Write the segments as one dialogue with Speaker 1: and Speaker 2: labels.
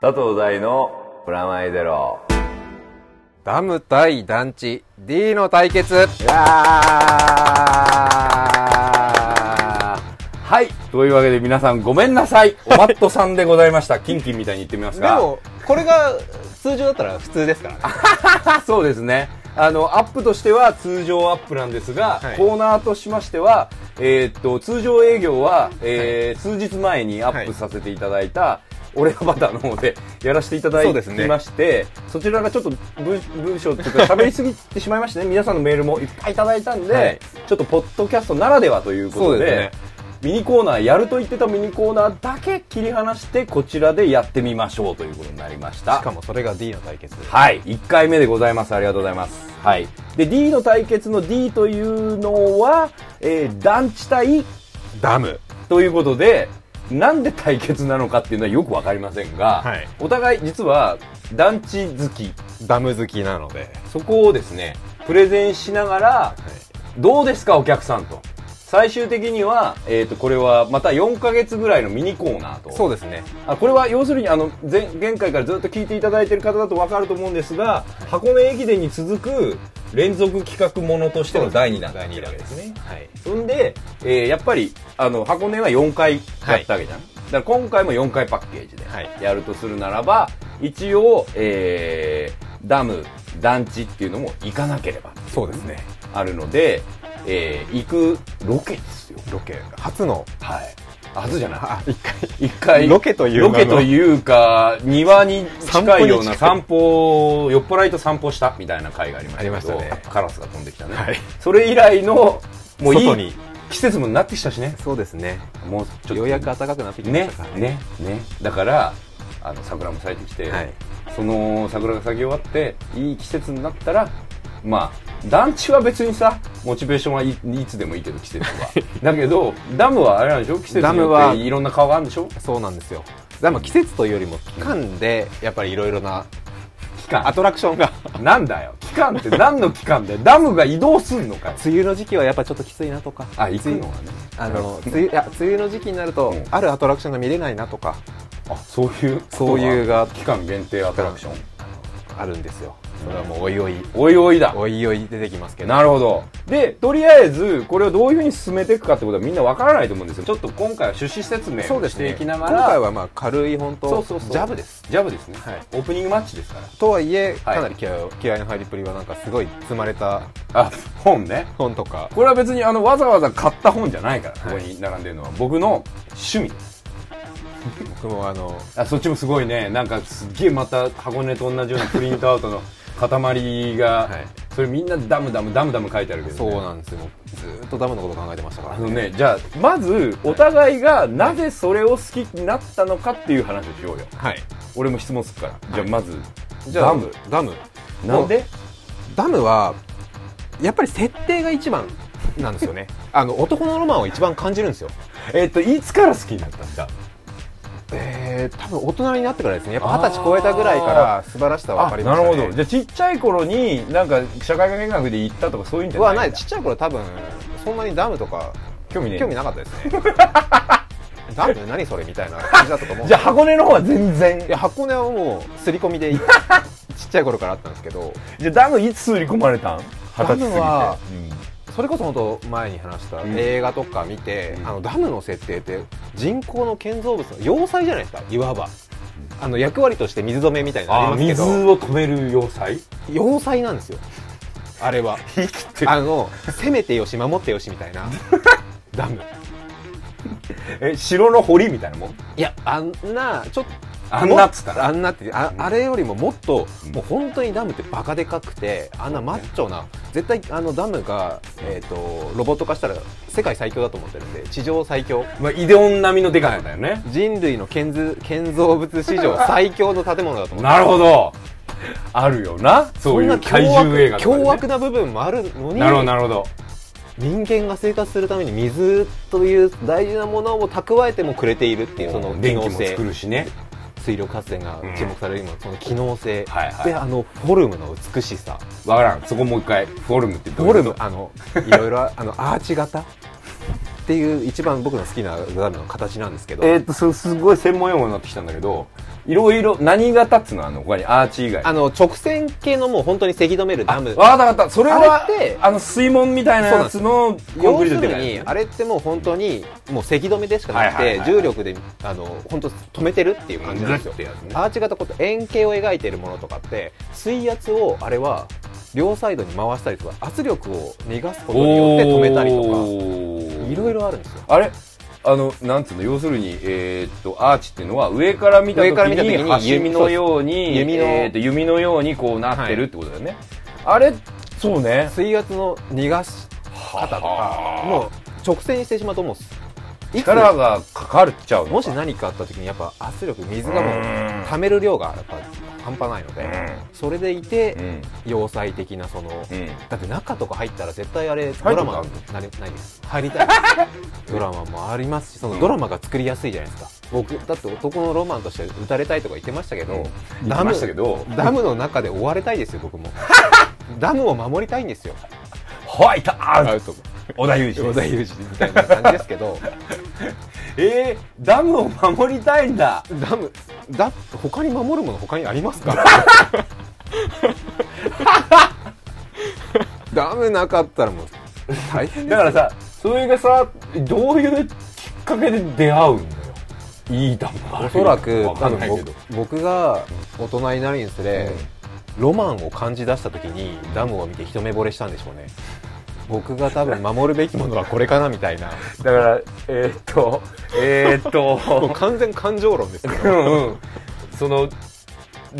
Speaker 1: 佐藤大のプラマイゼロ。
Speaker 2: ダム対団地 D の対決
Speaker 1: いやーはい。というわけで皆さんごめんなさい。おまっとさんでございました。キンキンみたいに言ってみます
Speaker 2: で
Speaker 1: が。
Speaker 2: もこれが通常だったら普通ですからね
Speaker 1: あ そうですね。あの、アップとしては通常アップなんですが、
Speaker 2: はい
Speaker 1: コーナーとしましては、えーっと、通常営業は、えー数日前にアップさせていただいた、俺はバターの方でやらせていただ
Speaker 2: そ
Speaker 1: いう
Speaker 2: ですね
Speaker 1: まして、そちらがちょっと文文章というか喋りすぎてしまいましてね、皆さんのメールもいっぱいいただいたんで、
Speaker 2: はい
Speaker 1: ちょっとポッドキャストならではということ
Speaker 2: そう
Speaker 1: で、
Speaker 2: ですね
Speaker 1: ミニコーナー、やると言ってたミニコーナーだけ切り離して、こちらでやってみましょうということになりました。
Speaker 2: しかもそれが D の対決
Speaker 1: はい。1回目でございます。ありがとうございます。はい。で、D の対決の D というのは、えー団地対
Speaker 2: ダム
Speaker 1: ということで、なんで対決なのかっていうのはよくわかりませんが、
Speaker 2: はい
Speaker 1: お互い実は団地好き、
Speaker 2: ダム好きなので、
Speaker 1: そこをですね、プレゼンしながら、どうですかお客さんと。最終的には、えっ、と、これはまた4ヶ月ぐらいのミニコーナーと。
Speaker 2: そうですね
Speaker 1: あこれは要するにあの前前回からずっと聞いていただいている方だと分かると思うんですが、箱根駅伝に続く連続企画ものとしての第2弾
Speaker 2: 第二
Speaker 1: だ
Speaker 2: 弾
Speaker 1: けですね。
Speaker 2: はい
Speaker 1: そんで、えーやっぱりあの箱根は4回やったわけじゃん、だから今回も4回パッケージ
Speaker 2: はい
Speaker 1: でやるとするならば、一応、えーダム団地っていうのも行かなければ
Speaker 2: そうですね
Speaker 1: あるので、えー行くロケですよ
Speaker 2: ロケ初の
Speaker 1: はいはずじゃない
Speaker 2: あ一回
Speaker 1: 一回
Speaker 2: ロケという名
Speaker 1: ロ
Speaker 2: の
Speaker 1: ケというか庭に近いような
Speaker 2: 散
Speaker 1: 散歩を酔っ払いと散歩したみたいな回がありましたけど
Speaker 2: ありましたね
Speaker 1: カラスが飛んできたね、
Speaker 2: はい
Speaker 1: それ以来のもうい
Speaker 2: 外
Speaker 1: い
Speaker 2: に
Speaker 1: 季節もなってきたしね
Speaker 2: そうですね
Speaker 1: もうちょっと
Speaker 2: ようやく暖かくなってきまし
Speaker 1: ね
Speaker 2: たから
Speaker 1: ねねだからあの桜も咲いてきて、
Speaker 2: はい
Speaker 1: その桜が咲き終わっていい季節になったらまあ団地は別にさモチベーションはい、いつでもいいけど季節 はだけどダムはあれなんでしょ季節
Speaker 2: ダ
Speaker 1: に
Speaker 2: ム
Speaker 1: よ
Speaker 2: は
Speaker 1: っていろんな顔があるんでしょ
Speaker 2: そうなんですよダム季節というよりも期間でやっぱりいろいろな
Speaker 1: 期間
Speaker 2: アトラクションが
Speaker 1: なんだよ期間って何の期間だよダムが移動すんのかよ
Speaker 2: 梅雨の時期はやっぱちょっときついなとか
Speaker 1: あ行くのはね
Speaker 2: あの梅雨いや梅雨の時期になると、
Speaker 1: うん
Speaker 2: あるアトラクションが見れないなとか
Speaker 1: あそういう
Speaker 2: そういうが
Speaker 1: 期間限定アトラクション
Speaker 2: あるんですよそれはもうおいおい
Speaker 1: おいおいだ
Speaker 2: おいおい出てきますけど
Speaker 1: なるほどでとりあえずこれをどういうふうに進めていくかってことはみんなわからないと思うんですよちょっと今回は趣旨説明
Speaker 2: そう
Speaker 1: を
Speaker 2: で
Speaker 1: し
Speaker 2: す
Speaker 1: て
Speaker 2: ね
Speaker 1: いきなが
Speaker 2: 今
Speaker 1: ら、
Speaker 2: 回はまあ軽い本当
Speaker 1: そうそうそう
Speaker 2: ジャブです
Speaker 1: ジャブですね、
Speaker 2: はい
Speaker 1: オープニングマッチですか
Speaker 2: とはいえ
Speaker 1: はい
Speaker 2: かなり気合,、気合の入りっぷりはなんかすごい積まれた
Speaker 1: らあ本ね
Speaker 2: 本とか
Speaker 1: これは別にあのわざわざ買った本じゃないから、ここに並んでるのは僕の趣味です
Speaker 2: 僕もあの
Speaker 1: あそっちもすごいねなんかすっげえまた箱根と同じようなプリントアウトの塊が、
Speaker 2: はい
Speaker 1: それみんなダムダムダムダム書いてあるけど、
Speaker 2: そ
Speaker 1: ね、
Speaker 2: うなんですよもうずーっとダムのこと考えてましたか
Speaker 1: あ
Speaker 2: ら
Speaker 1: のねじゃあまずお互いがなぜそれを好きになったのかっていう話をしようよ
Speaker 2: はい
Speaker 1: 俺も質問するから、じゃあまず
Speaker 2: じゃあ
Speaker 1: ダム
Speaker 2: ダム
Speaker 1: なんで
Speaker 2: ダムはやっぱり設定が一番なんですよ ねあの男のロマンを一番感じるんですよ
Speaker 1: えっ、といつから好きになったんだ
Speaker 2: えー、多分大人になってからですねやっぱ二十歳超えたぐらいから素晴らしさは分かりま
Speaker 1: な
Speaker 2: し
Speaker 1: る
Speaker 2: た、ね、
Speaker 1: ほどじゃあちっちゃい頃になんか社会科見学で行ったとかそういうんじゃ
Speaker 2: は
Speaker 1: ないんだ
Speaker 2: ないちっちゃい頃多分そんなにダムとか
Speaker 1: 興味ねえ
Speaker 2: 興味なかったですね ダム何それみたいな感じだったと思うん
Speaker 1: じ
Speaker 2: で
Speaker 1: ゃあ箱根の方は全然
Speaker 2: いや箱根はもう刷り込 みでちっちゃい頃からあったんですけど
Speaker 1: じゃあダムいつ刷り込まれたん二十歳過ぎて
Speaker 2: ダムは
Speaker 1: うん
Speaker 2: それこそ本当前に話した
Speaker 1: うん
Speaker 2: 映画とか見て、
Speaker 1: うん
Speaker 2: あのダムの設定って人工の建造物の要塞じゃないですかいわばあの役割として水止めみたいなの
Speaker 1: あ
Speaker 2: ありますけ
Speaker 1: 水
Speaker 2: ど
Speaker 1: を止める要塞
Speaker 2: 要塞なんで すよあれは
Speaker 1: 生きて
Speaker 2: あの攻めてよし守ってよしみたい なダム
Speaker 1: え城の堀みたいなもん
Speaker 2: いやあんなちょっと
Speaker 1: あんなっつったら
Speaker 2: あんなってあ
Speaker 1: うん
Speaker 2: あれよりももっと、
Speaker 1: うん
Speaker 2: もう本当にダムってバカでかくてあんなマッチョな絶対あのダムが、えー、とロボット化したら世界最強だと思ってるんで地上最強
Speaker 1: まあ、イデオン並みのデカさだよね、
Speaker 2: 人類の建図建造物 史上最強の建物だと思って
Speaker 1: なるほどあるよなそういう怪獣映画とか、ね、
Speaker 2: 凶悪な部分もあるのに
Speaker 1: なるほどなるほど
Speaker 2: 人間が生活するために水という大事なものを蓄えてもくれているっていうその機
Speaker 1: 電気
Speaker 2: 能
Speaker 1: も
Speaker 2: 性
Speaker 1: 作るしね
Speaker 2: 水力発電が注目される今、その機能性、
Speaker 1: はいはい
Speaker 2: であのフォルムの美しさ
Speaker 1: わからんそこもう一回フォルムってどう
Speaker 2: フ
Speaker 1: いう
Speaker 2: ォ
Speaker 1: こと
Speaker 2: ルムあのいろいろあのアーチ型っていう一番僕の好きなダムの形なんですけど、
Speaker 1: えーっとすすごい専門用語になってきたんだけどいろいろ何が立つのあの他にアーチ以外
Speaker 2: あの直線系のもう本当にせき止めるダム
Speaker 1: わかったわかったそれは
Speaker 2: あれって
Speaker 1: あの水門みたいなやつのコン
Speaker 2: 要
Speaker 1: クリ
Speaker 2: す
Speaker 1: ートで
Speaker 2: る
Speaker 1: かい
Speaker 2: に
Speaker 1: やつ
Speaker 2: あれってもう本当にもうせき止めでしかなく
Speaker 1: はいはい
Speaker 2: て
Speaker 1: はい
Speaker 2: 重力であの本当止めてるっていう感じなんですよ
Speaker 1: グッてやつね
Speaker 2: アーチ型こと円形を描いてるものとかって水圧をあれは両サイドに回したりとか圧力を逃がすことによって止めたりとかい
Speaker 1: い
Speaker 2: ろいろあるんですよ
Speaker 1: あれあのなんつうの要するに、えーっとアーチっていうのは上から見た時
Speaker 2: 上から見た時
Speaker 1: に
Speaker 2: に
Speaker 1: 端弓のように
Speaker 2: 弓の
Speaker 1: えーっと弓のようにこうなってるってことだよね、あれそうね
Speaker 2: 水圧の逃がし方と
Speaker 1: は
Speaker 2: か
Speaker 1: あ
Speaker 2: もう直線にしてしまうともういつ
Speaker 1: 力がかかっちゃうのか
Speaker 2: もし何かあった時にやっぱ圧力水がもう
Speaker 1: うん
Speaker 2: 溜める量がやっぱ半端ないの
Speaker 1: う
Speaker 2: で
Speaker 1: ん
Speaker 2: それでいて
Speaker 1: うん
Speaker 2: 要塞的なその
Speaker 1: うん
Speaker 2: だって中とか入ったら絶対あれ
Speaker 1: たこ
Speaker 2: ド
Speaker 1: と
Speaker 2: ラマになりないです入りたいです ドラマもありますしそのドラマが作りやすいじゃないですか僕だって男のロマンとして打たれたいとか言ってましたけど、
Speaker 1: うん言っ
Speaker 2: ダ
Speaker 1: て
Speaker 2: ム
Speaker 1: ましたけど
Speaker 2: ダムの中で追われたいですよ僕も ダムを守りたいんですよ
Speaker 1: ホワイトア
Speaker 2: ア
Speaker 1: ウ
Speaker 2: ウ
Speaker 1: ト
Speaker 2: ト
Speaker 1: 織田裕
Speaker 2: 織
Speaker 1: 二
Speaker 2: 田
Speaker 1: です
Speaker 2: 裕二みたいな感じですけど
Speaker 1: えー、ダムを守りたいんだ
Speaker 2: ダムだ他に守るもの他にありますか ダムなかったらもう大変です
Speaker 1: だ
Speaker 2: よ
Speaker 1: からさそれがさどういうきっかけで出会うんだよいいダムがあ
Speaker 2: お
Speaker 1: る
Speaker 2: そらく
Speaker 1: わ
Speaker 2: 多
Speaker 1: かん
Speaker 2: 分
Speaker 1: ないけど
Speaker 2: 僕僕が大人になるにつれ、ロマンを感じ出した時にダムを見て一目惚れしたんでしょうね僕が多分守るべきものはこれかなみたいな
Speaker 1: だからえーっとえーっ
Speaker 2: もう
Speaker 1: と
Speaker 2: 完全感情論ですけ
Speaker 1: う
Speaker 2: ど、は、
Speaker 1: んうんその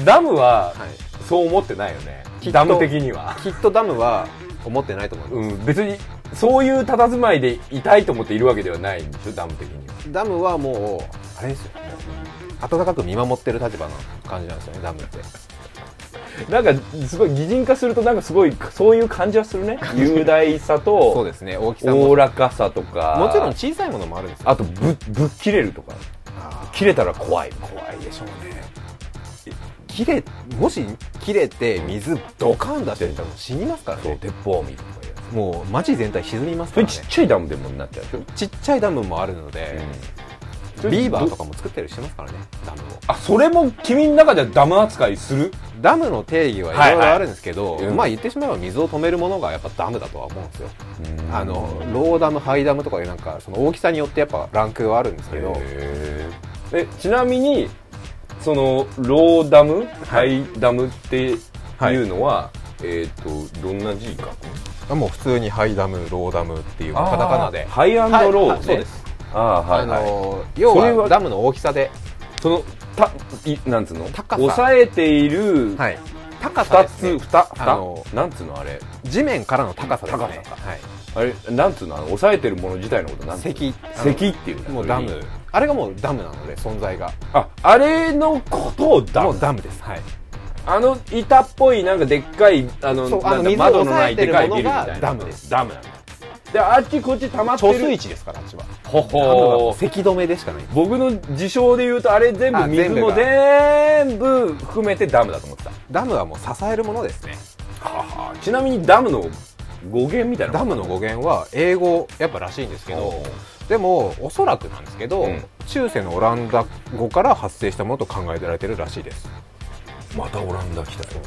Speaker 1: ダムはいそう思ってないよね
Speaker 2: きっと
Speaker 1: ダム的には、
Speaker 2: きっとダムは思ってないと思います、
Speaker 1: うん、別にそういう佇まいでいたいと思っているわけではないんでしょダム的には
Speaker 2: ダムはもうあれですよもう温かく見守ってる立場の感じなんですよねダムって
Speaker 1: なんかすごい擬人化するとなんかすごいそういう感じはするね 雄大さ
Speaker 2: そう
Speaker 1: と
Speaker 2: ですね大きさも
Speaker 1: おお
Speaker 2: も
Speaker 1: らかさとか
Speaker 2: ちろん小さいものもあるんですよ
Speaker 1: あとぶぶっ切れるとか
Speaker 2: あ
Speaker 1: 切れたら怖い
Speaker 2: 怖いでしょうね切れもし切れて水ドカン出してたらもう死にますから
Speaker 1: そう
Speaker 2: ね
Speaker 1: 鉄砲網とかいうやつ
Speaker 2: もう街全体沈みます
Speaker 1: それ
Speaker 2: からね
Speaker 1: ちっちゃいダムでもになっちゃうでしょ、
Speaker 2: ちっちゃいダムもあるので、ビーバーとかも作ったりしてますからねダムを
Speaker 1: あそれも君の中ではダム扱いする
Speaker 2: ダムの定義はいろいろあるんですけど、
Speaker 1: はいはいうん
Speaker 2: まあ言ってしまえば水を止めるものがやっぱダムだとは思うんですよあのローダムハイダムとかいうなんかその大きさによってやっぱランクはあるんですけど
Speaker 1: へーえちなみにそのローダム、ハイダムっていうのは、えっ、とどんな字書くの
Speaker 2: もう普通にハイダムローダムっていうカタカナで
Speaker 1: ハイアンドロー、ね
Speaker 2: はいそうです
Speaker 1: あーはいはい
Speaker 2: あの要
Speaker 1: それは
Speaker 2: はダムの大きさで
Speaker 1: そのたいなんつうの
Speaker 2: 高さ
Speaker 1: 抑えている
Speaker 2: はい高
Speaker 1: 二
Speaker 2: さです
Speaker 1: つ、
Speaker 2: ね
Speaker 1: 二二
Speaker 2: あの
Speaker 1: なんつうのあれ
Speaker 2: 地面からの高さですね
Speaker 1: 高さ
Speaker 2: はい
Speaker 1: あれなんつうのあの抑えてるもの自体のことなんつうの
Speaker 2: 石
Speaker 1: 石っていうんだ
Speaker 2: もうダ
Speaker 1: それ
Speaker 2: ム
Speaker 1: に
Speaker 2: あれがもうダムなので存在が
Speaker 1: ああれのことをダ
Speaker 2: も
Speaker 1: ム
Speaker 2: うダムですはい
Speaker 1: あの板っぽいなんかでっかいあの
Speaker 2: そう
Speaker 1: なんだ
Speaker 2: あの水を
Speaker 1: 窓のない
Speaker 2: 抑えて
Speaker 1: で
Speaker 2: る
Speaker 1: かいビ
Speaker 2: も
Speaker 1: ル
Speaker 2: の
Speaker 1: み
Speaker 2: が
Speaker 1: たいな
Speaker 2: ダムです
Speaker 1: ダムなんだであっちこっち溜まって
Speaker 2: 貯
Speaker 1: る
Speaker 2: 水池ですからあっちは
Speaker 1: ほ
Speaker 2: ダムはもう
Speaker 1: ほー
Speaker 2: せき止めでしかない
Speaker 1: 僕の事象で言うとあれ全部
Speaker 2: あ
Speaker 1: 水
Speaker 2: 全部
Speaker 1: も
Speaker 2: が
Speaker 1: 全部含めてダムだと思ってた
Speaker 2: ダムはもう支えるものですね
Speaker 1: ははちなみにダムの語源みたいな
Speaker 2: ダムの語源は英語やっぱらしいんですけどでもおそらくなんですけど、
Speaker 1: うん
Speaker 2: 中世のオランダ語から発生したものと考えられてるらしいです
Speaker 1: またオランダ来たよ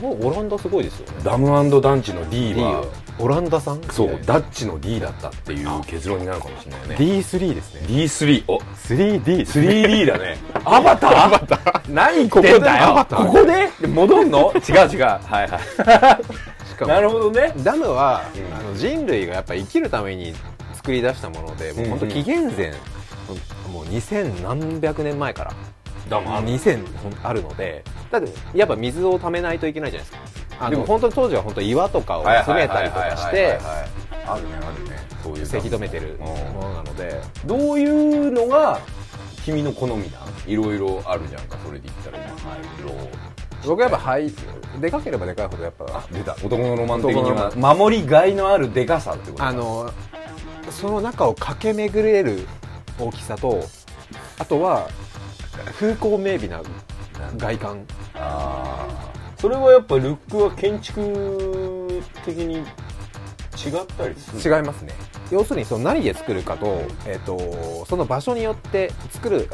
Speaker 2: もうオランダすごいですよね
Speaker 1: ダム団地の D は
Speaker 2: オランダさん
Speaker 1: そうダッチの D だったっていう結論になるかもしれないよね
Speaker 2: D3 ですね
Speaker 1: D3 お
Speaker 2: 3D
Speaker 1: 3D だね。アバターアバター何ここ
Speaker 2: ここでアバター
Speaker 1: ここでで戻んの違う違う。はいはい。
Speaker 2: しか
Speaker 1: な
Speaker 2: も
Speaker 1: るほどね。
Speaker 2: ダムは、
Speaker 1: うん
Speaker 2: あの人類がやっぱ生きるために作り出したものでもう本当
Speaker 1: うんうん
Speaker 2: 紀元前、もう2000何百年前から
Speaker 1: ダ
Speaker 2: 2000あるのでだってやっぱ水をためないといけないじゃないですかあ
Speaker 1: で
Speaker 2: の
Speaker 1: も
Speaker 2: 本当に当時は本当岩とかを詰めたりとかして
Speaker 1: あるねあるね。そういう
Speaker 2: せき止めてる
Speaker 1: うん
Speaker 2: ものなので
Speaker 1: どういうのが君の好みないろいろあるじゃんか、それで言ったら今、はい、ロ
Speaker 2: 僕はやっぱ肺でかければでかいほどやっぱ
Speaker 1: ー出た。男のロマン的に
Speaker 2: 男の
Speaker 1: は、守りがいのあるでかさってこと
Speaker 2: あのその中を駆け巡れる大きさとあとは風光明媚な外観
Speaker 1: あーそれはやっぱルックは建築的に違ったりす
Speaker 2: 違
Speaker 1: る
Speaker 2: いますね要するにその何で作るかと,、えっとその場所によって作る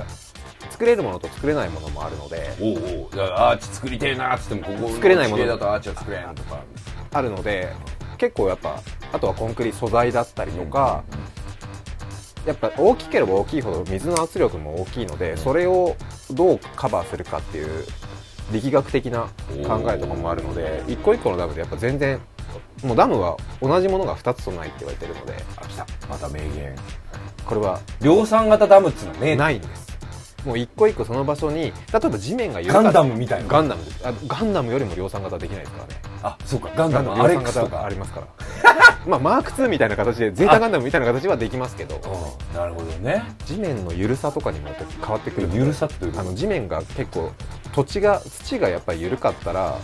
Speaker 2: 作れるものと作れないものもあるので
Speaker 1: おうおうだからアーチ作りてえなっつってもここ
Speaker 2: 作れないもの
Speaker 1: 地形だとアーチは作れんとか
Speaker 2: あるので結構やっぱあとはコンクリ素材だったりとか、やっぱ大きければ大きいほど水の圧力も大きいのでそれをどうカバーするかっていう力学的な考えとかもあるので一個一個のダムでやっぱ全然もうダムは同じものが2つとないって言われてるので
Speaker 1: あ来たまた名言
Speaker 2: これは
Speaker 1: 量産型ダムっつうのはねえな
Speaker 2: ないんですもう一個一個その場所に例えば地面が緩
Speaker 1: ガ
Speaker 2: か
Speaker 1: ン
Speaker 2: っ
Speaker 1: ダムみたいな
Speaker 2: ガンダムですあガンダムよりも量産型できないですからね
Speaker 1: あそうかガンダム
Speaker 2: ガンダム
Speaker 1: アレックスと
Speaker 2: 量産型
Speaker 1: か
Speaker 2: ありますから まあマーク2みたいな形でゼータガンダムみたいな形はできますけど
Speaker 1: うんなるほどね
Speaker 2: 地面の緩さとかにもよって変わってくるので
Speaker 1: ゆるさっていう
Speaker 2: あの地面が結構土地が土がやっぱり緩かったら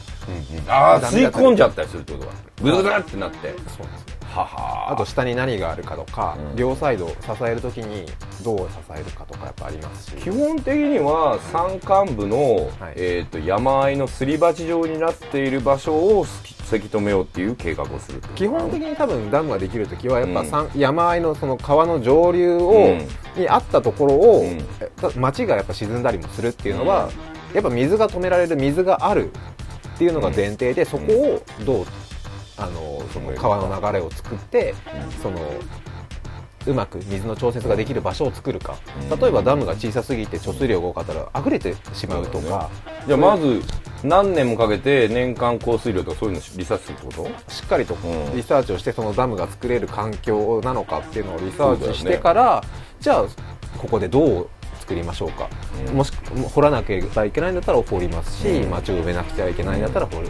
Speaker 1: ああ
Speaker 2: ダ
Speaker 1: 吸
Speaker 2: メ
Speaker 1: い
Speaker 2: だったり
Speaker 1: 込んじゃったりするってことかぐずぐずってなって
Speaker 2: そうです
Speaker 1: はは
Speaker 2: あと下に何があるかとか、
Speaker 1: うん
Speaker 2: 両サイドを支えるときにどう支えるかとかやっぱありますし
Speaker 1: 基本的には山間部の、
Speaker 2: はい
Speaker 1: えー、と山あいのすり鉢状になっている場所をせきせき止めようっていう計画をするってこと
Speaker 2: 基本的に多分ダムができるときはやっ
Speaker 1: う
Speaker 2: ぱ
Speaker 1: ん
Speaker 2: さん、山あいのその川の上流を、にあったところ
Speaker 1: う
Speaker 2: を、
Speaker 1: ん
Speaker 2: えた町がやっぱ沈んだりもするっていうのは、やっぱ水が止められる水があるっていうのが前提で、そこをどうあのその川の流れを作ってそのうまく水の調節ができる場所を作るか、
Speaker 1: うん
Speaker 2: 例えばダムが小さすぎて貯水量が多かったら溢れてしまうとか、
Speaker 1: じゃあまず何年もかけて年間降水量とかそういうのリサーチするってこと
Speaker 2: しっかりと
Speaker 1: うん
Speaker 2: リサーチをしてそのダムが作れる環境なのかっていうのをリサーチ
Speaker 1: そう
Speaker 2: し
Speaker 1: だよ
Speaker 2: て
Speaker 1: ね
Speaker 2: から、じゃあここでどう作りましょうか、
Speaker 1: うん
Speaker 2: もしもう掘らなければいけないんだったら掘りますし、
Speaker 1: うん
Speaker 2: 町を埋めなくちゃいけないんだったら掘る、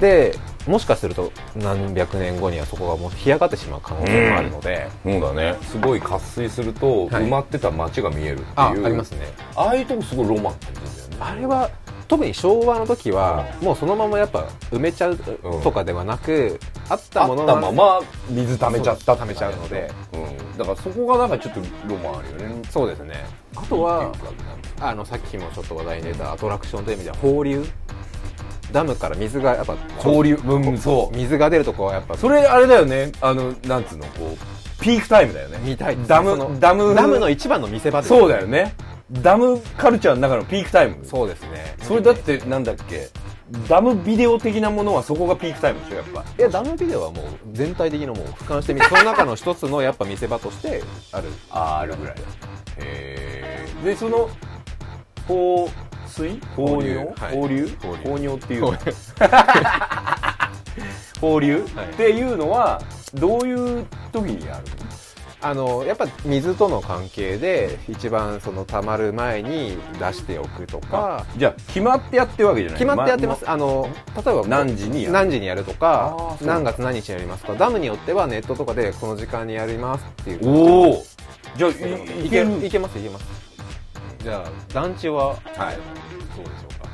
Speaker 2: でもしかすると何百年後にはそこがもう干上がってしまう可能性もあるので、
Speaker 1: そうだねすごい渇水すると
Speaker 2: はい
Speaker 1: 埋まってた町が見えるっていう、
Speaker 2: あありますね
Speaker 1: ああいうとこすごいロマン感じるんだよね
Speaker 2: あれは特に昭和の時は、もうそのままやっぱ埋めちゃうとかではなく、あった
Speaker 1: あ
Speaker 2: もの
Speaker 1: ったまま水溜めちゃった
Speaker 2: そう溜めちゃうので、
Speaker 1: うん、だからそこがなんかちょっとロマンあるよね
Speaker 2: そうですねあ
Speaker 1: あ
Speaker 2: とはあのさっきもちょっと話題に出たアトラクションという意味では放流ダムから水がやっぱ
Speaker 1: 交流うんそう
Speaker 2: 水が出るとこはやっぱ
Speaker 1: それあれだよねあのなんつうのこうピークタイムだよね
Speaker 2: 見たいですね
Speaker 1: ダ
Speaker 2: その
Speaker 1: ムダム
Speaker 2: ダムの一番の見せ場です
Speaker 1: そうだよねダムカルチャーの中のピークタイム
Speaker 2: そうですね
Speaker 1: それだってなんだっけダムビデオ的なものはそこがピークタイムでしょやっぱ
Speaker 2: いやダムビデオはもう全体的にもう俯瞰 してみてその中の一つのやっぱ見せ場としてある
Speaker 1: ああるぐらいだへえでその放水放流
Speaker 2: はい
Speaker 1: 放流
Speaker 2: 放流
Speaker 1: 放尿っていうの 放流、
Speaker 2: はい
Speaker 1: っていうのはどういう時にやる
Speaker 2: あのやっぱ水との関係で一番その溜まる前に出しておくとか
Speaker 1: じゃあ決まってやってるわけじゃない
Speaker 2: 決まってやってます、あの例えばこう
Speaker 1: 何時にやる
Speaker 2: 何時にやるとか
Speaker 1: あーそう
Speaker 2: 何月何日にやりますとかダムによってはネットとかでこの時間にやりますっていう
Speaker 1: おおじゃあいいけ
Speaker 2: いけ
Speaker 1: る
Speaker 2: いけますいけますじゃあ団地は
Speaker 1: はい
Speaker 2: どうでしょうか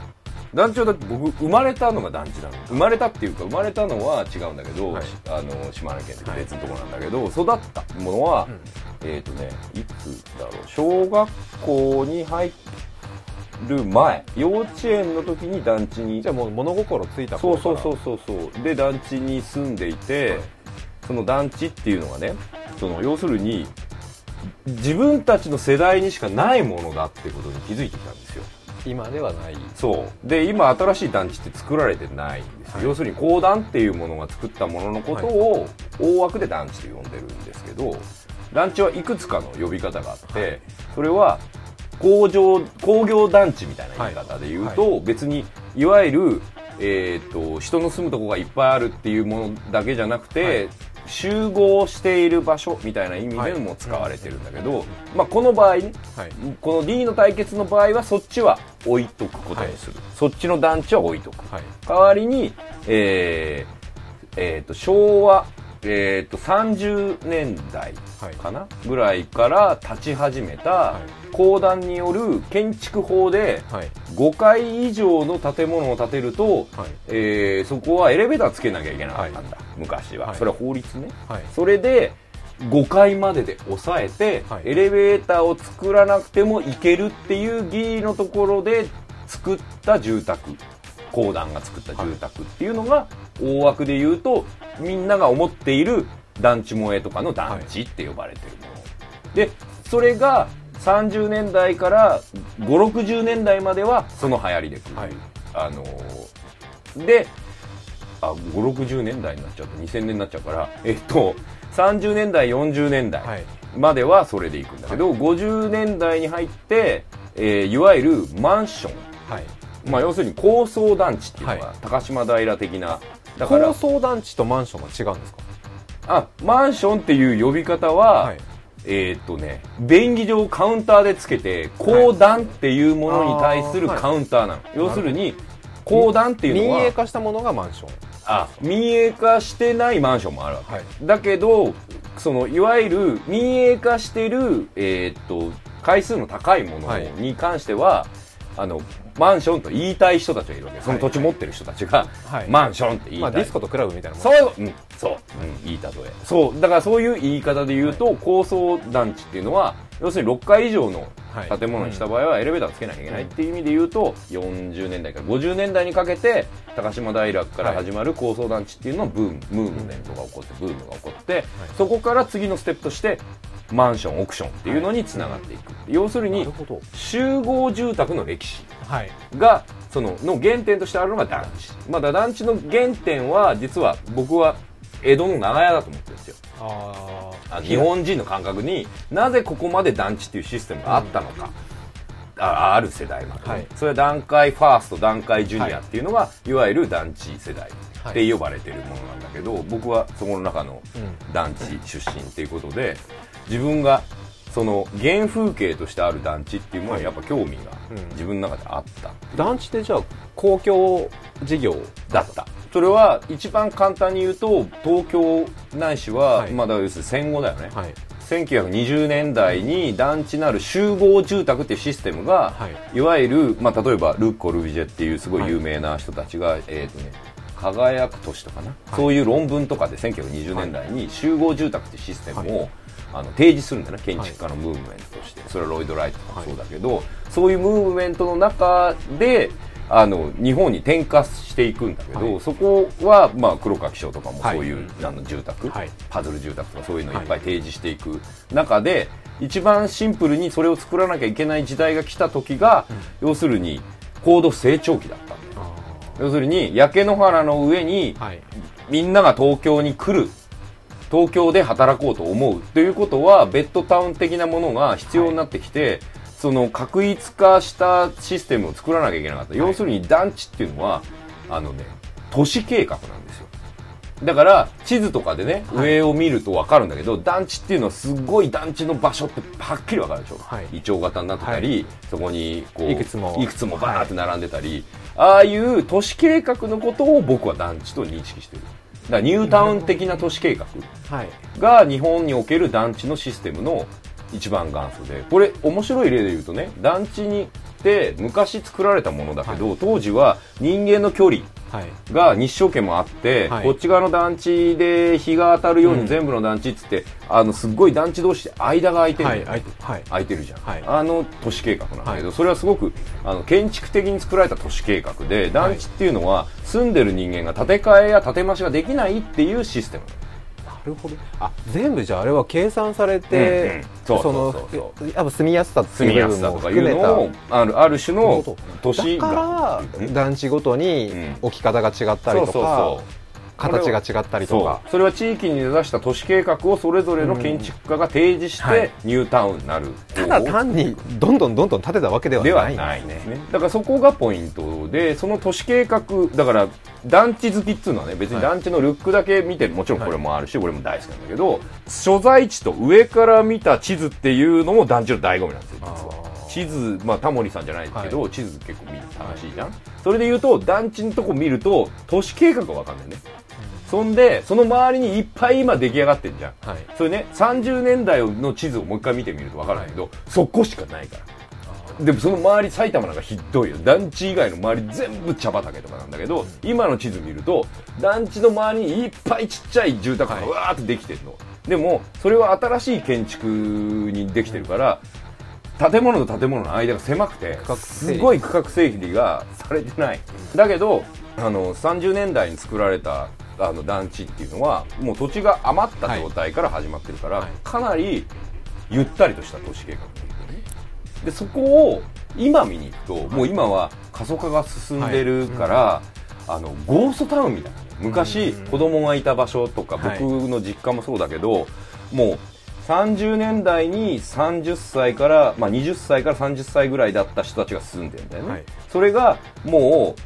Speaker 1: 団地はだって僕生まれたのが団地なの生まれたっていうか生まれたのは違うんだけど、
Speaker 2: はい
Speaker 1: あの島根県って別のところなんだけど、育ったものは、えっ、とねいつだろう小学校に入る前幼稚園の時に団地に
Speaker 2: じゃあもう物心ついた
Speaker 1: そ
Speaker 2: 頃
Speaker 1: う
Speaker 2: か
Speaker 1: そう
Speaker 2: ら
Speaker 1: そうそうそうで団地に住んでいて、
Speaker 2: はい
Speaker 1: その団地っていうのがねその要するに自分たちの世代にしかないものだってことに気づいてきたんですよ
Speaker 2: 今ではない
Speaker 1: そうで今新しい団地って作られてないんですよ、
Speaker 2: はい
Speaker 1: 要するに公団っていうものが作ったもののことを大枠で団地と呼んでるんですけど団地はいくつかの呼び方があって、
Speaker 2: はい
Speaker 1: それは工場工業団地みたいな言い方で言うと、別にいわゆる、えー、と人の住むとこがいっぱいあるっていうものだけじゃなくて、
Speaker 2: はい
Speaker 1: 集合している場所みたいな意味
Speaker 2: はい
Speaker 1: でも使われてるんだけど、まあ、この場合ね
Speaker 2: はい
Speaker 1: この D の対決の場合はそっちは置いとくことにする、そっちの団地は置いとく
Speaker 2: はい
Speaker 1: 代わりに、えーえーと昭和、えー、と30年代
Speaker 2: はい
Speaker 1: かなぐらいから立ち始めた
Speaker 2: い
Speaker 1: 公団による建築法で
Speaker 2: はい
Speaker 1: 5階以上の建物を建てると、
Speaker 2: はい
Speaker 1: えーそこはエレベーターつけなきゃいけなかったんだ、昔は、
Speaker 2: はい
Speaker 1: それは法律ね、
Speaker 2: はい
Speaker 1: それで5階までで抑えて、
Speaker 2: はい
Speaker 1: エレベーターを作らなくても行けるっていう議員のところで作った住宅高段が作った住宅っていうのが、大枠で言うと、みんなが思っている団地萌えとかの団地って呼ばれてるもの。で、それが30年代から5、60年代まではその流行りで来る。
Speaker 2: はい
Speaker 1: あのーで、あ、5、60年代になっちゃうと2000年になっちゃうから、えっと、30年代、40年代。
Speaker 2: はい
Speaker 1: まではそれでいくんだけど、50年代に入って、えーいわゆるマンション、
Speaker 2: はい
Speaker 1: まあ、要するに高層団地っていうのが、
Speaker 2: はい
Speaker 1: 高島平的なだから
Speaker 2: 高層団地とマンションが違うんですか
Speaker 1: あマンションっていう呼び方は、
Speaker 2: はい
Speaker 1: えーっとね便宜上カウンターでつけて公団っていうものに対する
Speaker 2: あーはい
Speaker 1: カウンターなの、要するに公団っていうのは
Speaker 2: 民営化したものがマンション
Speaker 1: あ民営化してないマンションもあるわけ、
Speaker 2: はい
Speaker 1: だけどそのいわゆる民営化してる、えーっと回数の高いもの
Speaker 2: はい
Speaker 1: に関しては、あのマンションと言いたい人たちがいるわけその土地持ってる人たちが、
Speaker 2: はい
Speaker 1: マンションって言い
Speaker 2: ま
Speaker 1: た
Speaker 2: あ
Speaker 1: い、
Speaker 2: ディスコとクラブみたいなもん
Speaker 1: そう、うん、そう、うん、いい例え。そう、だからそういう言い方で言うと、高層団地っていうのは、要するに6階以上の
Speaker 2: はい
Speaker 1: 建物にした場合はエレベーターつけなきゃいけないっていう意味で言うと、40年代から50年代にかけて、高島平から始まる高層団地っていうののブーム、ムーブメントが起こって、ブームが起こって、そこから次のステップとして、マンション、オークションっていうのにつながっていく。要する
Speaker 2: な
Speaker 1: に
Speaker 2: る、ほど
Speaker 1: 集合住宅の歴史。
Speaker 2: はい
Speaker 1: がそのの原点としてあるのが団地、まあ、だから団地の原点は実は僕は江戸の長屋だと思ってるんですよ
Speaker 2: あ
Speaker 1: あの日本人の感覚になぜここまで団地っていうシステムがあったのか、あある世代まで、
Speaker 2: はい
Speaker 1: それは段階ファースト段階ジュニアっていうのが、い、わゆる団地世代って呼ばれてるものなんだけど、僕はそこの中の
Speaker 2: うん
Speaker 1: 団地出身っていうことで自分がその原風景としてある団地っていうものにやっぱ興味が
Speaker 2: うん
Speaker 1: 自分の中であった
Speaker 2: 団地ってじゃあ公共事業
Speaker 1: だったそれは一番簡単に言うと東京ないしは、
Speaker 2: はい
Speaker 1: まあだから要するに戦後だよね、
Speaker 2: はい
Speaker 1: 1920年代に団地なる集合住宅っていうシステムが、、
Speaker 2: はい
Speaker 1: わゆる、まあ、例えばルッコ・ルビジェっていうすごい有名な人たちが、えーとね、輝く都市とかな、そういう論文とかで1920年代に集合住宅っていうシステムを、あの提示するんだよね建築家のムーブメントとして、それはロイド・ライトとかもそうだけど、そういうムーブメントの中であの日本に転化していくんだけど、
Speaker 2: はい
Speaker 1: そこは、まあ、黒垣賞とかも
Speaker 2: はい
Speaker 1: そういう、
Speaker 2: うん
Speaker 1: あの住宅、
Speaker 2: はい
Speaker 1: パズル住宅とかそういうのをいっぱい提示していく中で、一番シンプルにそれを作らなきゃいけない時代が来た時が、要するに高度成長期だったんだよ要するに焼け野原の上に
Speaker 2: はい
Speaker 1: みんなが東京に来る東京で働こうと思うということはベッドタウン的なものが必要になってきて、その確一化したシステムを作らなきゃいけなかった、要するに団地っていうのはあのね都市計画なんですよだから地図とかでね、上を見ると分かるんだけど団地っていうのはすごい団地の場所ってはっきり分かるでしょ、
Speaker 2: はい
Speaker 1: イチョウ型になってたり、そこにこう
Speaker 2: いくつも
Speaker 1: いくつもバーって並んでたり、ああいう都市計画のことを僕は団地と認識してるだからニュータウン的な都市計画
Speaker 2: はい
Speaker 1: が日本における団地のシステムの一番元祖でこれ面白い例で言うとね団地にって昔作られたものだけど、当時は人間の距離
Speaker 2: はい
Speaker 1: が日照圏もあって、
Speaker 2: はい
Speaker 1: こっち側の団地で日が当たるように全部の団地っつって、あのすっごい団地同士で間が空いてるん
Speaker 2: は
Speaker 1: だよ
Speaker 2: い
Speaker 1: ね
Speaker 2: はいはい
Speaker 1: 空いてるじゃん、
Speaker 2: はい
Speaker 1: あの都市計画なんだけど、
Speaker 2: は
Speaker 1: それはすごくあの建築的に作られた都市計画で団地っていうのは住んでる人間が建て替えや建て増しができないっていうシステム
Speaker 2: なるほどあ全部じゃああれは計算されて、
Speaker 1: うんうんそうそうそうそう
Speaker 2: のやっぱ住みやすさって
Speaker 1: 住
Speaker 2: い
Speaker 1: み
Speaker 2: う
Speaker 1: や
Speaker 2: 部
Speaker 1: す
Speaker 2: 分
Speaker 1: さ
Speaker 2: も
Speaker 1: とかいう
Speaker 2: 含めた
Speaker 1: のをあるある種の都市
Speaker 2: だから団地ごとに
Speaker 1: うん
Speaker 2: 置き方が違ったり
Speaker 1: そう
Speaker 2: と
Speaker 1: そう
Speaker 2: か、
Speaker 1: そう
Speaker 2: 形が違ったりとか
Speaker 1: そうそれは地域に根ざした都市計画をそれぞれの建築家が提示し
Speaker 2: うんは
Speaker 1: て
Speaker 2: い
Speaker 1: ニュータウンになる
Speaker 2: ただ単にどんどんどんどん建てたわけでは
Speaker 1: では
Speaker 2: ない
Speaker 1: ないねだからそこがポイントでその都市計画だから団地好きっていうのはね別に団地のルックだけ見てもちろんこれもあるし、俺も大好きなんだけど所在地と上から見た地図っていうのも団地の醍醐味なんですよ実は
Speaker 2: あー
Speaker 1: 地図まあタモリさんじゃないですけど、地図結構見るの楽しいじゃん、それで言うと団地のとこ見ると都市計画がわかんないね、そんでその周りにいっぱい今出来上がってんじゃん
Speaker 2: はい
Speaker 1: それね30年代の地図をもう一回見てみると分からないけど、そこしかないからでもその周り埼玉なんかひどいよ団地以外の周り全部茶畑とかなんだけど、今の地図見ると団地の周りにいっぱいちっちゃい住宅が
Speaker 2: はい
Speaker 1: わーってできてるの、でもそれは新しい建築にできてるから、建物と建物の間が狭くて
Speaker 2: 画整
Speaker 1: す
Speaker 2: 理
Speaker 1: ごい区画整理がされてないだけどあの30年代に作られたあの団地っていうのはもう土地が余った状態から始まってるから、
Speaker 2: はい
Speaker 1: かなりゆったりとした都市計画でそこを今見に行くと、もう今は過疎化が進んでるから、あのゴーストタウンみたいな昔、
Speaker 2: うん
Speaker 1: 子供がいた場所とか
Speaker 2: はい
Speaker 1: 僕の実家もそうだけど、もう30年代に30歳から、まあ、20歳から30歳ぐらいだった人たちが住んでんだよね、
Speaker 2: はい
Speaker 1: それがもう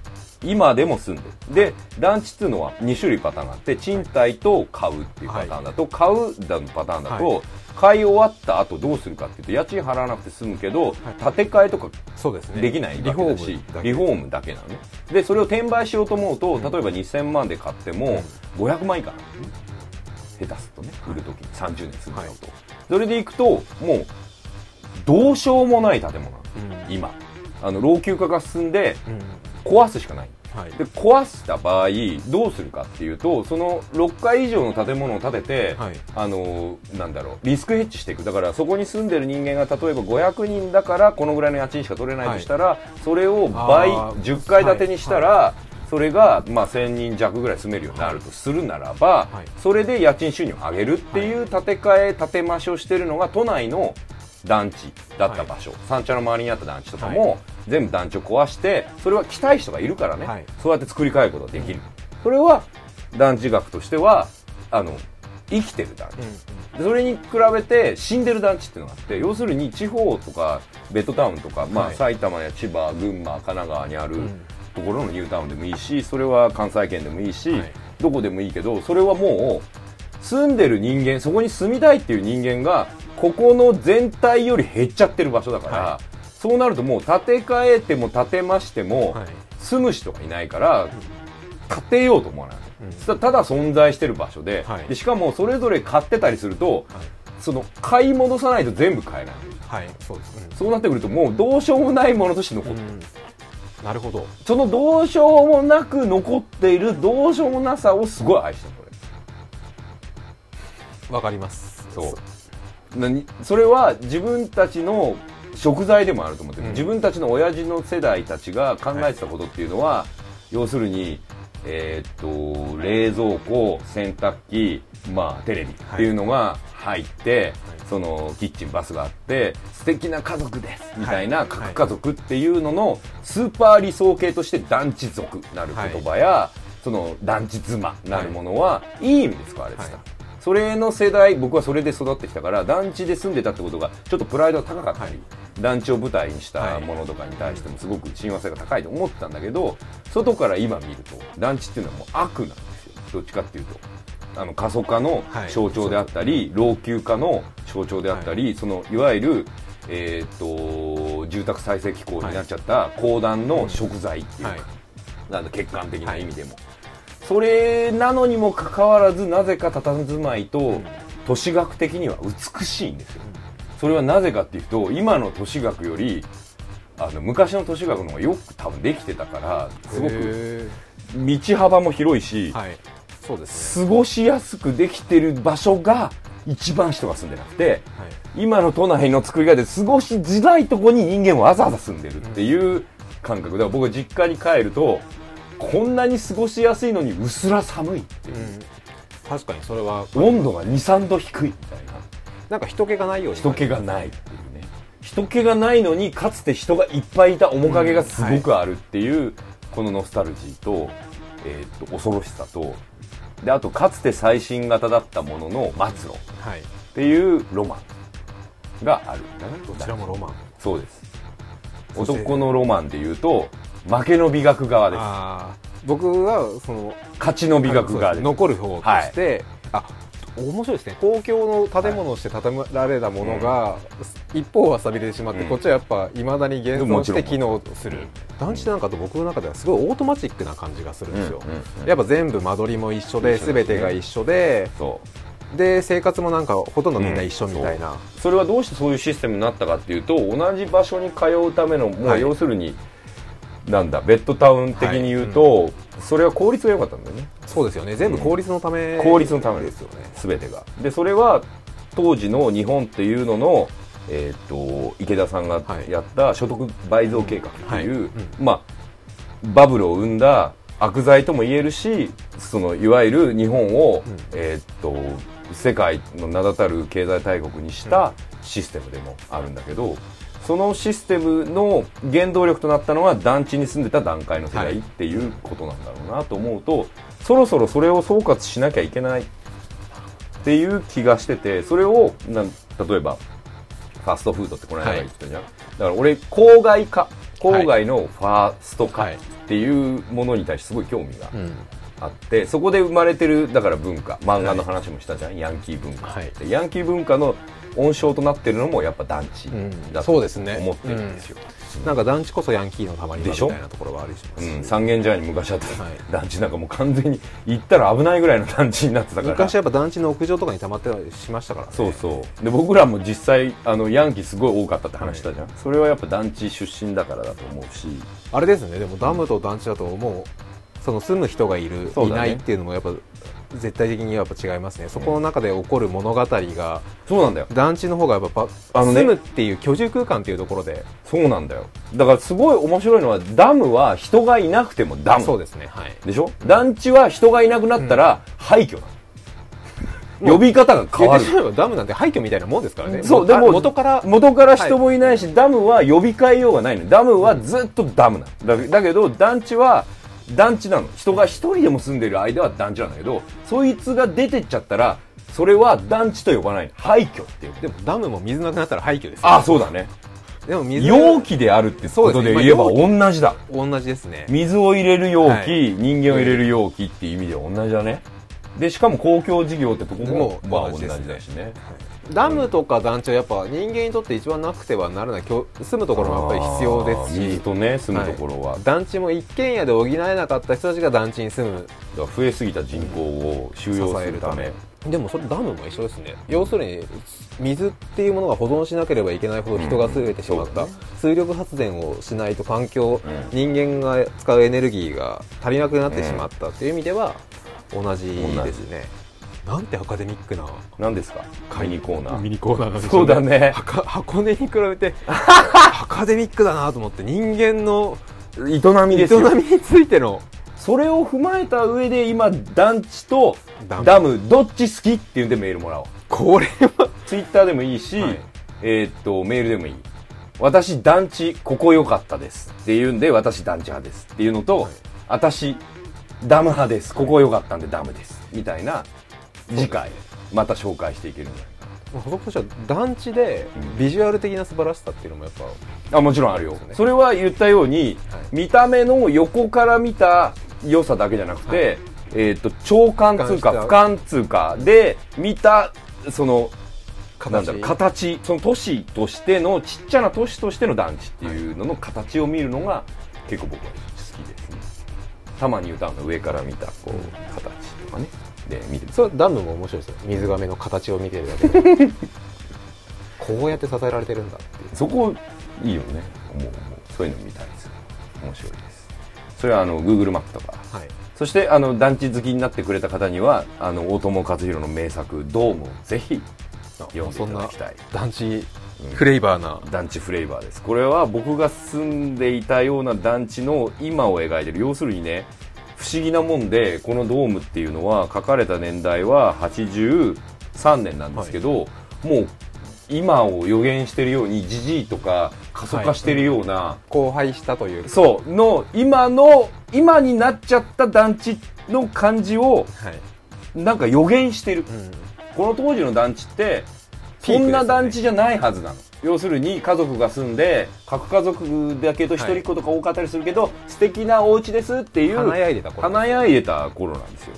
Speaker 1: 今でも住んでるで団地っていうのは2種類パターンがあって賃貸と買うっていうパターンだと、買うだのパターンだと、
Speaker 2: は
Speaker 1: 買い終わった後どうするかっていうと家賃払わなくて済むけど、建て替えとか
Speaker 2: そうですね
Speaker 1: できない
Speaker 2: リ
Speaker 1: わ
Speaker 2: フ
Speaker 1: け
Speaker 2: ォ
Speaker 1: だし
Speaker 2: ームだけ
Speaker 1: リフォームだけなのねでそれを転売しようと思うと例えば2000万で買っても500万以下なの下手するとね売る時に30年すると、
Speaker 2: はい
Speaker 1: それでいくともうどうしようもない建物なの
Speaker 2: うん
Speaker 1: 今あの老朽化が進んで
Speaker 2: うん
Speaker 1: 壊すしかない
Speaker 2: はい
Speaker 1: で壊した場合どうするかっていうとその6階以上の建物を建てて、
Speaker 2: はい
Speaker 1: あのなんだろうリスクヘッジしていくだからそこに住んでる人間が例えば500人だからこのぐらいの家賃しか取れないとしたら、それを倍
Speaker 2: あー
Speaker 1: 10階建てにしたら、それが、まあ、1000人弱ぐらい住めるようになるとするならば、
Speaker 2: はい
Speaker 1: それで家賃収入を上げるっていう建て替え建て増しをしてるのが都内の団地だった場所、三茶の周りにあった団地とかも、全部団地を壊してそれは来たい人がいるからね、
Speaker 2: はい
Speaker 1: そうやって作り変えることができる、それは団地学としてはあの生きてる団地、でそれに比べて死んでる団地っていうのがあって要するに地方とかベッドタウンとか、まあ、
Speaker 2: はい
Speaker 1: 埼玉や千葉群馬神奈川にある
Speaker 2: ん
Speaker 1: ところのニュータウンでもいいしそれは関西圏でもいいし、
Speaker 2: はい
Speaker 1: どこでもいいけどそれはもう住んでる人間そこに住みたいっていう人間がここの全体より減っちゃってる場所だから、
Speaker 2: は
Speaker 1: そうなるともう建て替えても建てましても、
Speaker 2: はい
Speaker 1: 住む人がいないから買ってようと思わない、
Speaker 2: うん
Speaker 1: たただ存在してる場所で,、
Speaker 2: はい
Speaker 1: でしかもそれぞれ買ってたりすると、
Speaker 2: はい
Speaker 1: その買い戻さないと全部買えない
Speaker 2: はいそうです
Speaker 1: そうなってくるともうどうしようもないものとして残
Speaker 2: う
Speaker 1: っ
Speaker 2: ん
Speaker 1: てる、
Speaker 2: なるほど
Speaker 1: そのどうしようもなく残っているどうしようもなさをすごい愛してるこれ
Speaker 2: わかります
Speaker 1: そう何それは自分たちの食材でもあると思ってる、
Speaker 2: うん
Speaker 1: 自分たちの親父の世代たちが考えてたことっていうのは、要するに、えーっと冷蔵庫洗濯機、まあ、テレビっていうのが入って、
Speaker 2: はい
Speaker 1: そのキッチンバスがあって素敵な家族ですみたいな核家族っていうののスーパー理想形として団地族なる言葉や、その団地妻なるものは、い、い意味で使われてた、
Speaker 2: はい
Speaker 1: それの世代僕はそれで育ってきたから団地で住んでたってことがちょっとプライドが高かったり、
Speaker 2: はい
Speaker 1: 団地を舞台にした
Speaker 2: はい
Speaker 1: ものとかに対してもすごく親和性が高いと思ってたんだけど外から今見ると団地っていうのはもう悪なんですよどっちかっていうと。あの過疎化の
Speaker 2: はい
Speaker 1: 象徴であったり、老朽化の象徴であったり、い、そのいわゆる、えー、と住宅再生機構になっちゃった公団の食材っていう
Speaker 2: は
Speaker 1: か
Speaker 2: い、
Speaker 1: なんだ欠陥的な意味でも、それなのにもかかわらずなぜか佇まいと都市学的には美しいんですよ、それはなぜかっていうと今の都市学よりあの昔の都市学の方がよく多分できてたからすごく
Speaker 2: へ
Speaker 1: 道幅も広いし、
Speaker 2: ーはいそうですね
Speaker 1: 過ごしやすくできてる場所が一番人が住んでなくて
Speaker 2: はい
Speaker 1: 今の都内の作り方で過ごしづらいとこに人間はわざわざ住んでるっていう感覚だから僕は実家に帰るとこんなに過ごしやすいのにうすら寒いっていう
Speaker 2: うん確かにそれは
Speaker 1: 温度が23度低いみたいな
Speaker 2: なんか人気がないように
Speaker 1: 人気がないっていうね人気がないのにかつて人がいっぱいいた面影がすごくあるっていう、このノスタルジーと,、えーっと恐ろしさとであとかつて最新型だったものの末路っ
Speaker 2: はい
Speaker 1: ていうロマンがあるんだね
Speaker 2: どちらもロマン
Speaker 1: そうです
Speaker 2: そして
Speaker 1: 男のロマンで言うと負けの美学側です
Speaker 2: あー僕はその
Speaker 1: 勝ちの美学側です
Speaker 2: 残る方として、あ面白いですね公共の建物をして建てられたものが、一方は錆びれてしまって、
Speaker 1: うん
Speaker 2: こっちはやっぱいまだに現存して機能する
Speaker 1: もち
Speaker 2: 団地なんかと僕の中ではすごいオートマチックな感じがするんですよ、
Speaker 1: うんうんうん
Speaker 2: やっぱ全部間取りも一緒
Speaker 1: 一
Speaker 2: で
Speaker 1: 緒ですね
Speaker 2: 全てが一緒で
Speaker 1: そう
Speaker 2: で生活もなんかほとんどみんな一緒みたいな、
Speaker 1: それはどうしてそういうシステムになったかっていうと同じ場所に通うための、も
Speaker 2: は
Speaker 1: う
Speaker 2: い
Speaker 1: 要するになんだベッドタウン的に言うと、それは効率が良かったんだよね
Speaker 2: そうですよね全部効率のため、
Speaker 1: 効率のためで
Speaker 2: ですすよね
Speaker 1: 全てがでそれは当時の日本っていうののえっと池田さんが
Speaker 2: はい
Speaker 1: やった所得倍増計画っていう、
Speaker 2: はい
Speaker 1: まあ、バブルを生んだ悪罪とも言えるしそのいわゆる日本を、
Speaker 2: うん
Speaker 1: えっと世界の名だたる経済大国にしたシステムでもあるんだけどそのシステムの原動力となったのは団地に住んでた段階の世
Speaker 2: は
Speaker 1: 代
Speaker 2: い
Speaker 1: っていうことなんだろうなと思うとそろそろそれを総括しなきゃいけないっていう気がしててそれをなん例えばファストフードってこの間
Speaker 2: はい
Speaker 1: 言ってたじゃん、だから俺郊外化郊外のファースト化
Speaker 2: はい
Speaker 1: っていうものに対してすごい興味が
Speaker 2: うん
Speaker 1: あってそこで生まれてるだから文化漫画の話もしたじゃん、ヤンキー文化、
Speaker 2: はい
Speaker 1: でヤンキー文化の温床となってるのもやっぱ団地
Speaker 2: うん
Speaker 1: だと
Speaker 2: そう
Speaker 1: 思
Speaker 2: ですね
Speaker 1: ってるんですよ、
Speaker 2: なんか団地こそヤンキーのたまり場
Speaker 1: で
Speaker 2: み
Speaker 1: しょ
Speaker 2: たいなところはありしま
Speaker 1: う
Speaker 2: す、
Speaker 1: ん三軒茶屋に昔あった、
Speaker 2: はい
Speaker 1: 団地なんかもう完全に行ったら危ないぐらいの団地になってたから
Speaker 2: 昔やっぱ団地の屋上とかに溜まってたりしましたからね
Speaker 1: そうそうで僕らも実際あのヤンキーすごい多かったって話したじゃん、それはやっぱ団地出身だからだと思うし
Speaker 2: あれですねでもダムと団地だともうその住む人がいる、
Speaker 1: そう
Speaker 2: い
Speaker 1: だ
Speaker 2: な
Speaker 1: ね
Speaker 2: いっていうのもやっぱ絶対的にやっぱ違いますねそこの中で起こる物語が
Speaker 1: そうなんだよ
Speaker 2: 団地の方がやっぱば
Speaker 1: あのね
Speaker 2: 住むっていう居住空間っていうところで
Speaker 1: そうなんだよだからすごい面白いのはダムは人がいなくてもダム
Speaker 2: そうですねはい
Speaker 1: でしょ団地は人がいなくなったら廃墟なの、
Speaker 2: もう
Speaker 1: 呼び方が変わ
Speaker 2: 言ってしま
Speaker 1: る
Speaker 2: えばダムなんて廃墟みたいなもんですからね
Speaker 1: そう
Speaker 2: も
Speaker 1: で
Speaker 2: あ
Speaker 1: も
Speaker 2: 元から
Speaker 1: 元から人もいないし、ダムは呼び替えようがないのダムはずっとダムなのだだけど団地は団地なの人が一人でも住んでる間は団地なんだけどそいつが出てっちゃったらそれは団地と呼ばないの廃墟っていう
Speaker 2: でもダムも水なくなったら廃墟ですよ
Speaker 1: ああそうだね
Speaker 2: でも水
Speaker 1: 容器であるってことで言えば
Speaker 2: そうです
Speaker 1: 同じだ
Speaker 2: 同じですね
Speaker 1: 水を入れる容器、
Speaker 2: はい
Speaker 1: 人間を入れる容器っていう意味では同じだねでしかも公共事業ってとこも
Speaker 2: もう
Speaker 1: まあ同
Speaker 2: 同
Speaker 1: じ
Speaker 2: じですね
Speaker 1: だしね
Speaker 2: ダムとか団地はやっぱ人間にとって一番なくてはならない居住むところもやっぱり必要です
Speaker 1: あー水
Speaker 2: し
Speaker 1: とね住むところは、だ
Speaker 2: 団地も一軒家で補えなかった人たちが団地に住む
Speaker 1: だから増えすぎた人口を収
Speaker 2: 支
Speaker 1: 容す
Speaker 2: え
Speaker 1: る
Speaker 2: る
Speaker 1: た
Speaker 2: た
Speaker 1: め
Speaker 2: めでもそれダムも一緒ですね要するに水っていうものが保存しなければいけないほど人が増えてしまった、
Speaker 1: うんそう
Speaker 2: 水力発電をしないと環境、
Speaker 1: う
Speaker 2: 人間が使うエネルギーが足りなくなってしまったっていう意味では同じですねなんてアカデミックな
Speaker 1: 何ですか買いにコーナー
Speaker 2: ミニコーナーなんでしょ
Speaker 1: そうだね
Speaker 2: はか箱根に比べ てアカデミックだなと思って人間の
Speaker 1: 営み
Speaker 2: 営
Speaker 1: ですよ
Speaker 2: みについての
Speaker 1: それを踏まえた上で今団地と
Speaker 2: ダム
Speaker 1: ダムどっち好きっていうんでメールもらおう
Speaker 2: これは
Speaker 1: ツイッターでもいいし、
Speaker 2: はい
Speaker 1: えーっと、メールでもいい。私、団地、ここ良かったです。っていうんで、私、団地派です。っていうのと、私、ダム派です。ここ良かったんで、ダムです。みたいな、次回、また紹介していけるんじゃないか
Speaker 2: 補足としては団地でビジュアル的な素晴らしさっていうのもやっぱ
Speaker 1: な。あ、もちろんあるよ
Speaker 2: そう。ね
Speaker 1: それは言ったように、見た目の横から見た良さだけじゃなくて、
Speaker 2: は
Speaker 1: えーっと、長観通貨、俯
Speaker 2: 俯
Speaker 1: 瞰通貨で見た、その、
Speaker 2: 形
Speaker 1: なんだろう形その都市としてのちっちゃな都市としての団地っていうのの形を見るのが結構僕は好きですねたまに歌うの上から見たこう形とかねで見て
Speaker 2: それはダムも面白いですよ水がめの形を見てるだけで こうやって支えられてるんだっていう
Speaker 1: そこいいよねもうもうそういうの見たいです面白いですそれはあの Google マップとか
Speaker 2: はい
Speaker 1: そしてあの団地好きになってくれた方にはあの大友克洋の名作「ドーム」をぜひ読んでいただきたい
Speaker 2: そんな団地フレーバーな、
Speaker 1: 団地フレーバーですこれは僕が住んでいたような団地の今を描いてる要するにね不思議なもんでこのドームっていうのは書かれた年代は83年なんですけど、もう今を予言してるようにじじいとか過疎化してるような、
Speaker 2: 荒廃したというか
Speaker 1: そうの今の今になっちゃった団地の感じを
Speaker 2: はい、
Speaker 1: なんか予言してる
Speaker 2: うん、
Speaker 1: この当時の団地ってそ
Speaker 2: ピークですよね
Speaker 1: んな団地じゃないはずなの、要するに家族が住んで核家族だけど一人っ子とか多かったりするけど、素敵なお家ですっていう
Speaker 2: 華やいでた頃
Speaker 1: 華やいでた頃なんですよ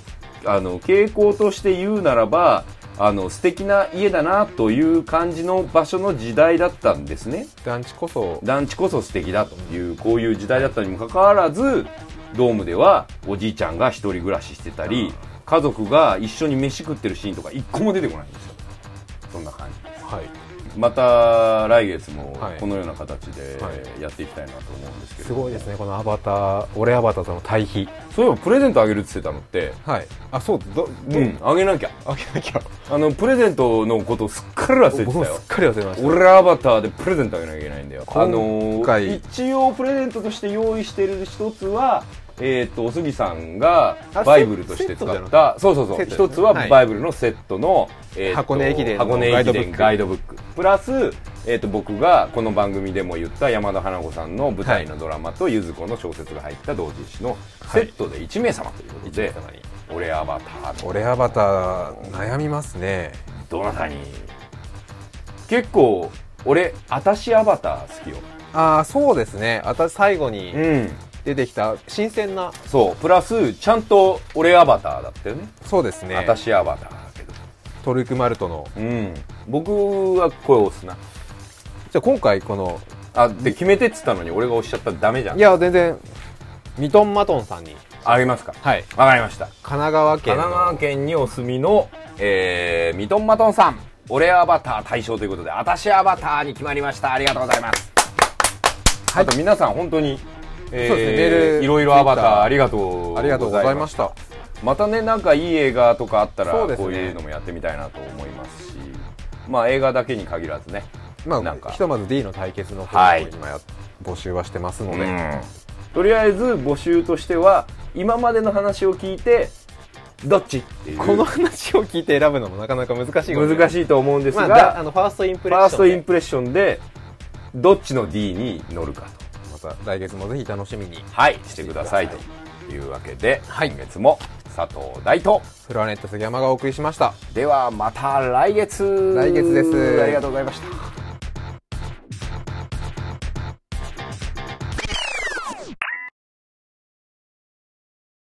Speaker 1: あの傾向として言うならばあの素敵な家だなという感じの場所の時代だったんですね
Speaker 2: 団地こそ
Speaker 1: 団地こそ素敵だというこういう時代だったにもかかわらずドームではおじいちゃんが一人暮らししてたり家族が一緒に飯食ってるシーンとか一個も出てこないんですよそんな感じ
Speaker 2: はい
Speaker 1: また来月も
Speaker 2: はい
Speaker 1: このような形で
Speaker 2: は
Speaker 1: やっていきたいなと思うんですけれ
Speaker 2: す
Speaker 1: ども
Speaker 2: ごいですねこのアバター俺アバターとの対比
Speaker 1: そういえばプレゼントあげるって言ってたのって
Speaker 2: はいあそうどど
Speaker 1: うんあげなきゃ
Speaker 2: あげなきゃ
Speaker 1: あのプレゼントのことをすっかり忘れて
Speaker 2: 僕
Speaker 1: た
Speaker 2: もす
Speaker 1: よ
Speaker 2: っかり忘れました
Speaker 1: 俺らアバターでプレゼントあげなきゃいけないんだよあの
Speaker 2: 今回
Speaker 1: ー一応プレゼントとして用意してる一つはえー、とお杉さんが
Speaker 2: あ
Speaker 1: バイブルとして
Speaker 2: セッ
Speaker 1: 使
Speaker 2: トじゃな
Speaker 1: っ
Speaker 2: くて
Speaker 1: たそうそうそ
Speaker 2: セ
Speaker 1: う
Speaker 2: ットで
Speaker 1: 一
Speaker 2: すね
Speaker 1: つは
Speaker 2: はい
Speaker 1: バイブルのセットの、えーと
Speaker 2: 箱根駅伝の
Speaker 1: 箱根駅伝ガ
Speaker 2: ガ
Speaker 1: イ
Speaker 2: イ
Speaker 1: ドブックプラス、えー、と僕がこの番組でも言った山田花子さんの舞台のドラマとゆず子の小説が入った同人誌のセットで1名様ということで、俺アバターの
Speaker 2: 俺アバター悩みますね
Speaker 1: どなたに結構俺あたしアバター好きよ
Speaker 2: ああそうですねあた最後に
Speaker 1: うん
Speaker 2: 出てきた新鮮な
Speaker 1: そうプラスちゃんと俺アバターだったよね
Speaker 2: そうですね
Speaker 1: 私アバターだけど
Speaker 2: トルクマルトの
Speaker 1: うん僕は声を押すな
Speaker 2: じゃあ今回この
Speaker 1: あで決めてっつったのに俺が押しちゃったらダメじゃん
Speaker 2: いや全然ミトンマトンさんに
Speaker 1: あげますか
Speaker 2: はい
Speaker 1: わかりました
Speaker 2: 神奈川
Speaker 1: 神
Speaker 2: 県の
Speaker 1: 奈川県にお住みの、えー、ミトンマトンさん俺アバター対象ということで私アバターに決まりましたありがとうございます、あと皆さん本当にえ
Speaker 2: そうですねメール
Speaker 1: いろいろアバター
Speaker 2: Twitter
Speaker 1: ありがとう
Speaker 2: ありがとうございました
Speaker 1: またねなんかいい映画とかあったら
Speaker 2: そうですね
Speaker 1: こういうのもやってみたいなと思いますしまあ映画だけに限らずね
Speaker 2: ま
Speaker 1: なんか
Speaker 2: あひとまず D の対決の方
Speaker 1: は
Speaker 2: を
Speaker 1: い
Speaker 2: 今や募集はしてますので、
Speaker 1: うんとりあえず募集としては今までの話を聞いてどっちっていう
Speaker 2: この話を聞いて選ぶのもなかなか難しいかもれない
Speaker 1: 難しいと思うんです
Speaker 2: ま
Speaker 1: が、
Speaker 2: あだあのファーストインプ
Speaker 1: フ
Speaker 2: レ
Speaker 1: ァ
Speaker 2: ッ
Speaker 1: ー
Speaker 2: シ
Speaker 1: ス
Speaker 2: ョ
Speaker 1: トイン
Speaker 2: ンで
Speaker 1: プレッションでどっちの D に乗るかと
Speaker 2: また来月もぜひ楽しみに
Speaker 1: はいしてください
Speaker 2: は
Speaker 1: と
Speaker 2: い
Speaker 1: いうわけで、今月も佐藤大と
Speaker 2: プラネット杉山がお送りしました
Speaker 1: ではまた来月
Speaker 2: 来月です
Speaker 1: ありがとうございました